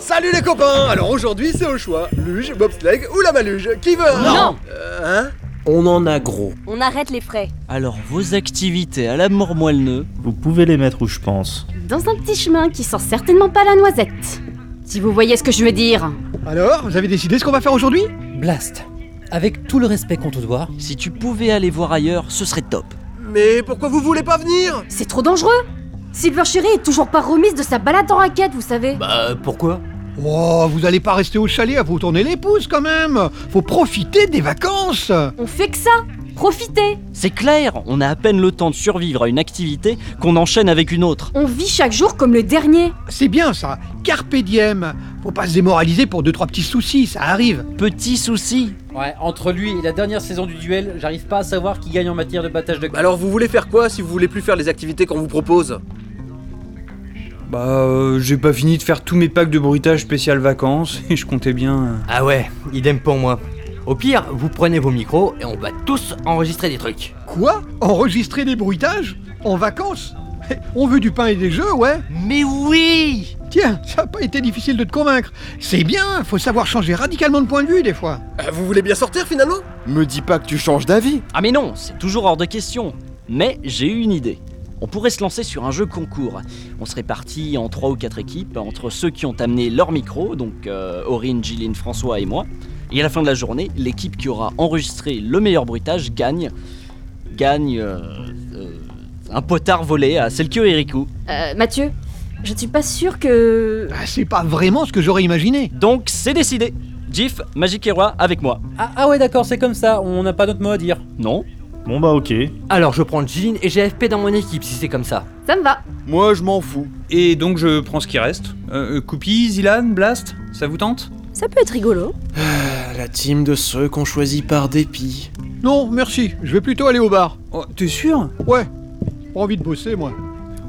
Salut les copains Alors aujourd'hui c'est au choix, luge, bobsleigh ou la maluge, qui veut Non. Euh, Hein On en a gros. On arrête les frais. Alors vos activités à la mormoilneux, Vous pouvez les mettre où je pense. Dans un petit chemin qui sent certainement pas la noisette. Si vous voyez ce que je veux dire. Alors, vous avez décidé ce qu'on va faire aujourd'hui Blast, avec tout le respect qu'on te doit, si tu pouvais aller voir ailleurs, ce serait top. Mais pourquoi vous voulez pas venir C'est trop dangereux Silver Sherry est toujours pas remise de sa balade en raquette, vous savez. Bah pourquoi Oh, vous allez pas rester au chalet à vous tourner les pouces quand même Faut profiter des vacances On fait que ça Profitez C'est clair, on a à peine le temps de survivre à une activité qu'on enchaîne avec une autre. On vit chaque jour comme le dernier. C'est bien ça, carpe diem Faut pas se démoraliser pour deux trois petits soucis, ça arrive Petit souci, Ouais, entre lui et la dernière saison du duel, j'arrive pas à savoir qui gagne en matière de battage Bah, de Alors vous voulez faire quoi si vous voulez plus faire les activités qu'on vous propose Bah, euh, j'ai pas fini de faire tous mes packs de bruitage spécial vacances et je comptais bien. euh, Ah ouais, idem pour moi. Au pire, vous prenez vos micros et on va tous enregistrer des trucs. Quoi Enregistrer des bruitages En vacances On veut du pain et des jeux, ouais Mais oui Tiens, ça a pas été difficile de te convaincre. C'est bien, faut savoir changer radicalement de point de vue des fois. Euh, Vous voulez bien sortir finalement Me dis pas que tu changes d'avis. Ah mais non, c'est toujours hors de question. Mais j'ai eu une idée. On pourrait se lancer sur un jeu concours. On serait parti en 3 ou 4 équipes, entre ceux qui ont amené leur micro, donc euh, Aurine, Gilline, François et moi. Et à la fin de la journée, l'équipe qui aura enregistré le meilleur bruitage gagne. gagne. euh, euh, un potard volé à Selkio Eriku. Euh, Mathieu, je suis pas sûre que. Ah, c'est pas vraiment ce que j'aurais imaginé. Donc c'est décidé Jif, Magic et Roi, avec moi. Ah, ah ouais, d'accord, c'est comme ça, on n'a pas d'autre mot à dire. Non Bon bah ok. Alors je prends Jilin et GFP dans mon équipe si c'est comme ça. Ça me va. Moi, je m'en fous. Et donc, je prends ce qui reste. Euh, euh, Coupi, Zilan, Blast, ça vous tente Ça peut être rigolo. Ah, La team de ceux qu'on choisit par dépit. Non, merci, je vais plutôt aller au bar. oh, T'es sûr Ouais, pas envie de bosser moi.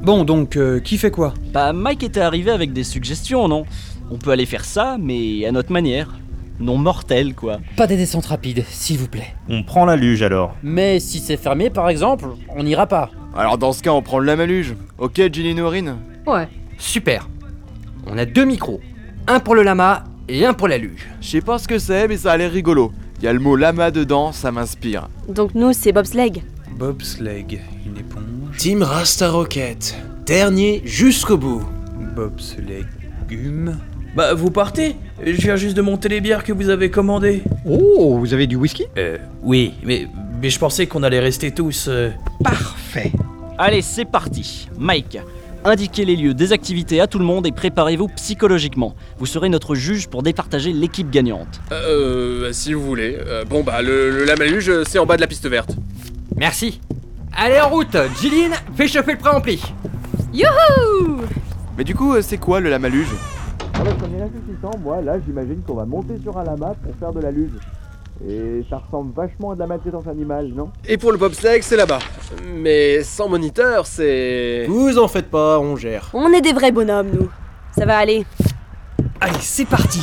Bon, donc, euh, qui fait quoi Bah Mike était arrivé avec des suggestions, non On peut aller faire ça, mais à notre manière. Non mortel, quoi. Pas des descentes rapides, s'il vous plaît. On prend la luge alors. Mais si c'est fermé par exemple, on n'ira pas. Alors, dans ce cas, on prend de la maluge. Ok, Jilly Norine Ouais. Super. On a deux micros. Un pour le lama et un pour la luge. Je sais pas ce que c'est, mais ça a l'air rigolo. Y a le mot lama dedans, ça m'inspire. Donc nous, c'est bobsleigh. Bobsleigh, une éponge. Team Rasta Rocket. Dernier jusqu'au bout. Bobsleigh, gume. Bah vous partez Je viens juste de monter les bières que vous avez commandées. Oh, vous avez du whisky Euh oui, mais, mais je pensais qu'on allait rester tous... euh, Parfait. Allez, c'est parti. Mike, indiquez les lieux des activités à tout le monde et préparez-vous psychologiquement. Vous serez notre juge pour départager l'équipe gagnante. Euh si vous voulez. Euh, bon bah le, le lamaluge c'est en bas de la piste verte. Merci. Allez en route, Jilin, fais chauffer le préampli. Mais du coup, euh, c'est quoi le lama luge Comme il moi là j'imagine qu'on va monter sur un lama pour faire de la luge. Et ça ressemble vachement à de la maltraitance animale, non Et pour le bobsleigh c'est là-bas. Mais sans moniteur c'est... Vous en faites pas, on gère. On est des vrais bonhommes, nous. Ça va aller. Allez, c'est parti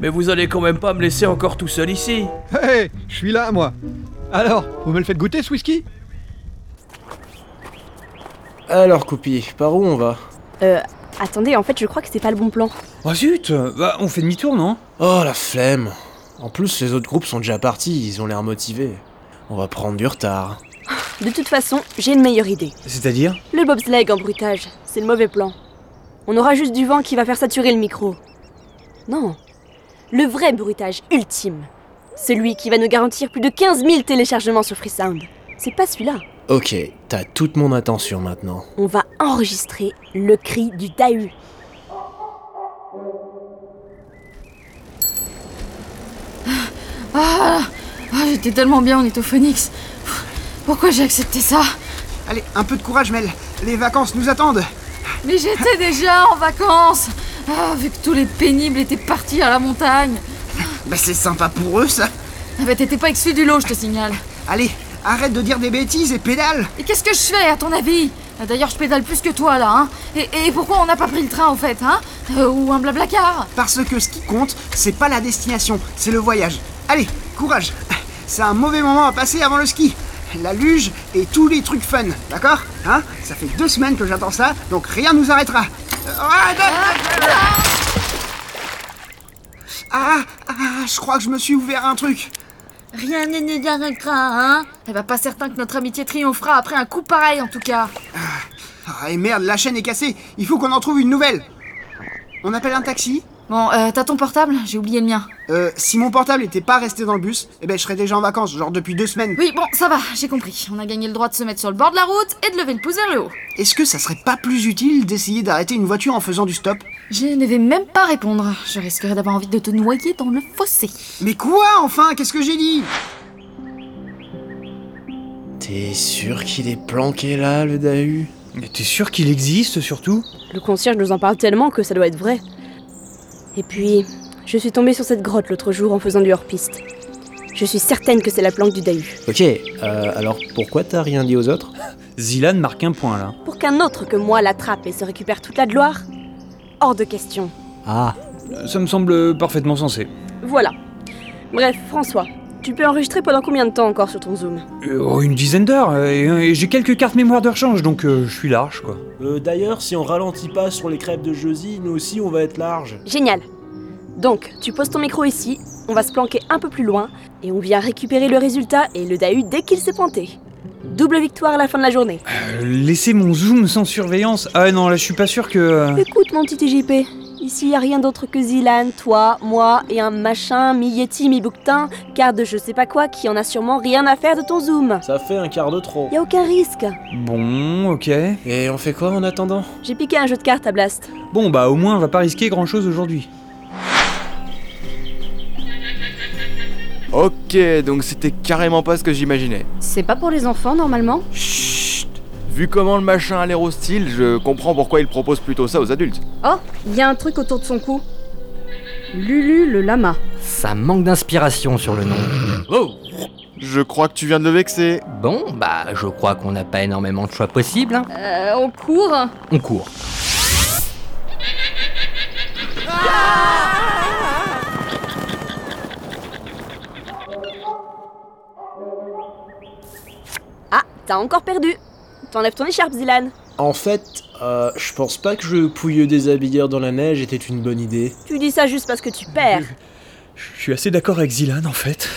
Mais vous allez quand même pas me laisser encore tout seul ici Hé, je suis là moi. Alors, vous me le faites goûter ce whisky Alors, Coupi, par où on va Euh, attendez, en fait, je crois que c'est pas le bon plan. Oh zut euh, Bah, on fait demi-tour, non Oh, la flemme. En plus, les autres groupes sont déjà partis, ils ont l'air motivés. On va prendre du retard. De toute façon, j'ai une meilleure idée. C'est-à-dire Le bobsleigh en bruitage, c'est le mauvais plan. On aura juste du vent qui va faire saturer le micro. Non. Le vrai bruitage ultime. Celui qui va nous garantir plus de 15 000 téléchargements sur Freesound. C'est pas celui-là. Ok, t'as toute mon attention maintenant. On va enregistrer le cri du Dahu. Ah, ah, J'étais tellement bien en étophonix. Pourquoi j'ai accepté ça Allez, un peu de courage Mel, les vacances nous attendent. Mais j'étais déjà en vacances Ah, Vu que tous les pénibles étaient partis à la montagne Bah c'est sympa pour eux ça. Ah bah t'étais pas exclu du lot, je te signale. Allez, arrête de dire des bêtises et pédale. Et qu'est-ce que je fais, à ton avis Ah, D'ailleurs, je pédale plus que toi, là, hein et, et pourquoi on n'a pas pris le train, en fait, hein Euh, Ou un blablacar Parce que ce qui compte, c'est pas la destination, c'est le voyage. Allez, courage. c'est un mauvais moment à passer avant le ski. La luge et tous les trucs fun, d'accord Hein Ça fait deux semaines que j'attends ça, donc rien nous arrêtera. Euh, ah, da- ah, ah, je crois que je me suis ouvert un truc. Rien ne nous arrêtera, hein Eh ben, pas certain que notre amitié triomphera après un coup pareil, en tout cas. Ah, et merde, la chaîne est cassée. Il faut qu'on en trouve une nouvelle. On appelle un taxi Bon, euh, t'as ton portable J'ai oublié le mien. Euh, si mon portable était pas resté dans le bus, eh ben je serais déjà en vacances, genre depuis deux semaines. Oui, bon, ça va, j'ai compris. On a gagné le droit de se mettre sur le bord de la route et de lever le pouce vers le haut. Est-ce que ça serait pas plus utile d'essayer d'arrêter une voiture en faisant du stop Je ne vais même pas répondre. Je risquerais d'avoir envie de te noyer dans le fossé. Mais quoi, enfin Qu'est-ce que j'ai dit T'es sûr qu'il est planqué là, le Dahu Mais t'es sûr qu'il existe surtout Le concierge nous en parle tellement que ça doit être vrai. Et puis, je suis tombée sur cette grotte l'autre jour en faisant du hors-piste. Je suis certaine que c'est la planque du Dahu. Ok, euh, alors pourquoi t'as rien dit aux autres Zilan marque un point là. Pour qu'un autre que moi l'attrape et se récupère toute la gloire Hors de question. Ah. Ça me semble parfaitement sensé. Voilà. Bref, François, tu peux enregistrer pendant combien de temps encore sur ton Zoom Euh, oh, une dizaine d'heures, euh, et, et j'ai quelques cartes mémoire de rechange, donc euh, je suis large quoi. Euh, D'ailleurs, si on ralentit pas sur les crêpes de jeudi, nous aussi on va être large. Génial. Donc, tu poses ton micro ici, on va se planquer un peu plus loin, et on vient récupérer le résultat et le Dahu dès qu'il s'est pointé. Double victoire à la fin de la journée. Euh, laisser mon zoom sans surveillance Ah non, là je suis pas sûr que. euh, Écoute mon petit TJP, ici y a rien d'autre que Zilan, toi, moi et un machin mi-yeti, mi-bouquetin, quart de je sais pas quoi qui en a sûrement rien à faire de ton zoom. Ça fait un quart de trop. Y a aucun risque. Bon, ok. Et on fait quoi en attendant J'ai piqué un jeu de cartes à Blast. Bon bah au moins on va pas risquer grand chose aujourd'hui. Ok, donc c'était carrément pas ce que j'imaginais. C'est pas pour les enfants normalement Vu comment le machin a l'air hostile, je comprends pourquoi il propose plutôt ça aux adultes. Oh, il y a un truc autour de son cou. Lulu le lama. Ça manque d'inspiration sur le nom. Oh Je crois que tu viens de le vexer. Bon, bah, je crois qu'on n'a pas énormément de choix possibles. hein. Euh, on court On court. Ah, t'as encore perdu. T'enlèves ton écharpe, Zilan. En fait, euh, je pense pas que le pouilleux déshabilleur dans la neige était une bonne idée. Tu dis ça juste parce que tu perds. Je suis assez d'accord avec Zilan en fait.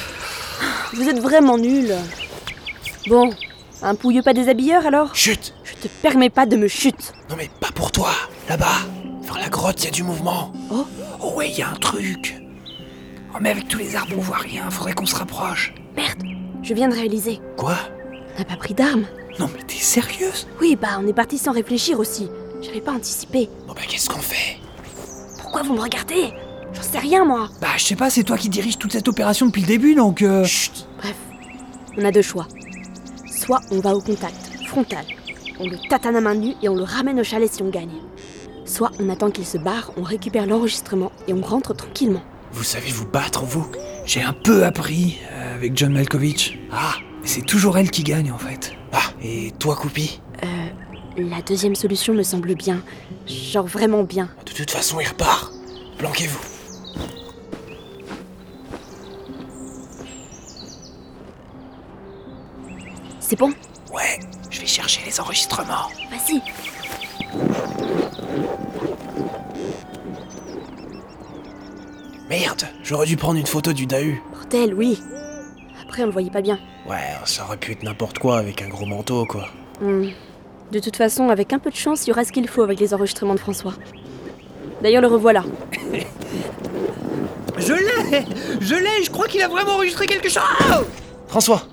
Vous êtes vraiment nuls. Bon, un pouilleux pas déshabilleur alors Chut Je te permets pas de me chute. Non mais pas pour toi, là-bas. Vers la grotte, y a du mouvement. Oh Oh ouais, y a un truc. Oh mais avec tous les arbres, on voit rien, faudrait qu'on se rapproche. Merde, je viens de réaliser. Quoi On n'a pas pris d'armes. Non mais t'es sérieuse Oui, bah on est parti sans réfléchir aussi. J'avais pas anticipé. Bon bah qu'est-ce qu'on fait Pourquoi vous me regardez J'en sais rien moi. Bah, je sais pas, c'est toi qui dirige toute cette opération depuis le début, donc. euh, Bref, on a deux choix. Soit on va au contact, frontal. On le tatane à main nue et on le ramène au chalet si on gagne. Soit on attend qu'il se barre, on récupère l'enregistrement et on rentre tranquillement. Vous savez vous battre, vous J'ai un peu appris euh, avec John Malkovich. Ah C'est toujours elle qui gagne, en fait. Ah Et toi, Coupi Euh, la deuxième solution me semble bien. Genre vraiment bien. De toute façon, il repart. Planquez-vous. C'est bon Ouais, je vais chercher les enregistrements. Vas-y. Merde, j'aurais dû prendre une photo du Dahu. Bordel, oui. Après, on le voyait pas bien. Ouais, ça aurait pu être n'importe quoi avec un gros manteau quoi. Hmm. De toute façon, avec un peu de chance, il y aura ce qu'il faut avec les enregistrements de François. D'ailleurs, le revoilà. Je l'ai Je l'ai Je crois qu'il a vraiment enregistré quelque chose François,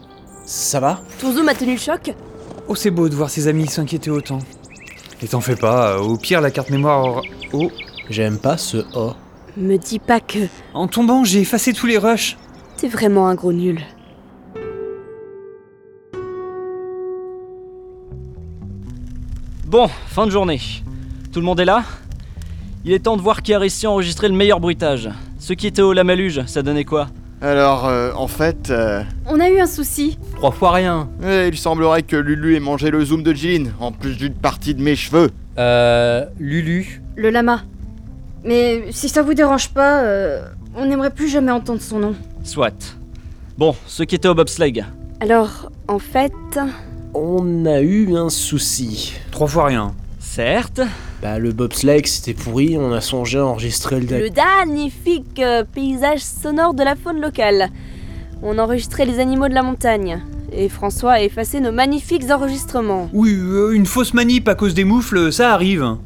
ça va Ton zoom a tenu le choc Oh c'est beau de voir ses amis s'inquiéter autant. Et t'en fais pas, euh, au pire la carte mémoire aura- Oh. J'aime pas ce oh. Me dis pas que En tombant, j'ai effacé tous les rushs. t'es vraiment un gros nul. Bon, fin de journée. Tout le monde est là Il est temps de voir qui a réussi à enregistrer le meilleur bruitage. Ceux qui étaient au Lamaluge, ça donnait quoi Alors, euh, en fait, euh, On a eu un souci. Trois fois rien. eh, il semblerait que Lulu ait mangé le zoom de Jean, en plus d'une partie de mes cheveux. Euh. Lulu Le lama. Mais si ça vous dérange pas, euh, on n'aimerait plus jamais entendre son nom. Soit. Bon, ce qui était au bobsleigh. Alors, en fait. On a eu un souci. Trois fois rien. Certes. Bah le bobsleigh c'était pourri, on a songé à enregistrer le... da- Le magnifique euh, paysage sonore de la faune locale. On enregistrait les animaux de la montagne. Et François a effacé nos magnifiques enregistrements. Oui, euh, une fausse manip à cause des moufles, ça arrive.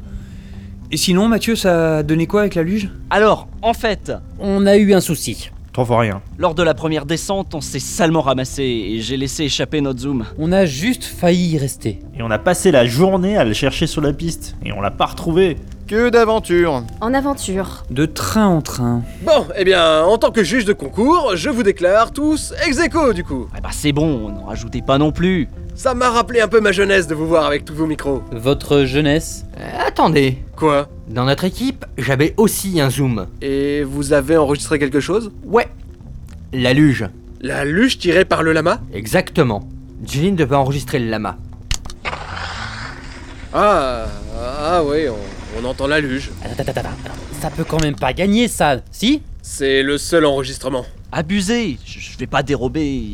Et sinon, Mathieu, ça a donné quoi avec la luge Alors, en fait, on a eu un souci. Trois fois rien. Lors de la première descente, on s'est salement ramassé et j'ai laissé échapper notre zoom. On a juste failli y rester. Et on a passé la journée à le chercher sur la piste. Et on l'a pas retrouvé. Que d'aventures En aventure. De train en train. Bon, eh bien, en tant que juge de concours, je vous déclare tous ex aequo, du coup. Ah bah c'est bon, n'en rajoutez pas non plus. Ça m'a rappelé un peu ma jeunesse de vous voir avec tous vos micros. Votre jeunesse Attendez. Quoi Dans notre équipe, j'avais aussi un zoom. Et vous avez enregistré quelque chose Ouais. La luge. La luge tirée par le lama Exactement. Jeline devait enregistrer le lama. Ah, ah ouais, on, on entend la luge. Ça peut quand même pas gagner ça, si C'est le seul enregistrement. Abusé, je je vais pas dérober et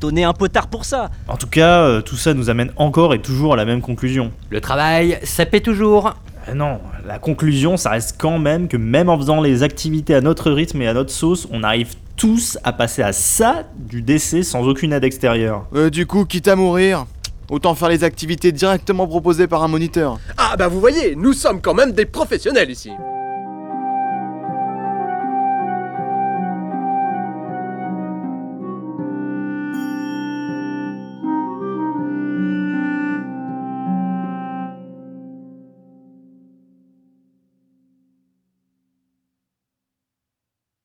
donner un potard pour ça. En tout cas, euh, tout ça nous amène encore et toujours à la même conclusion. Le travail, ça paie toujours. Ah non, la conclusion, ça reste quand même que même en faisant les activités à notre rythme et à notre sauce, on arrive tous à passer à ça du décès sans aucune aide extérieure. Euh, du coup, quitte à mourir, autant faire les activités directement proposées par un moniteur. Ah bah vous voyez, nous sommes quand même des professionnels ici.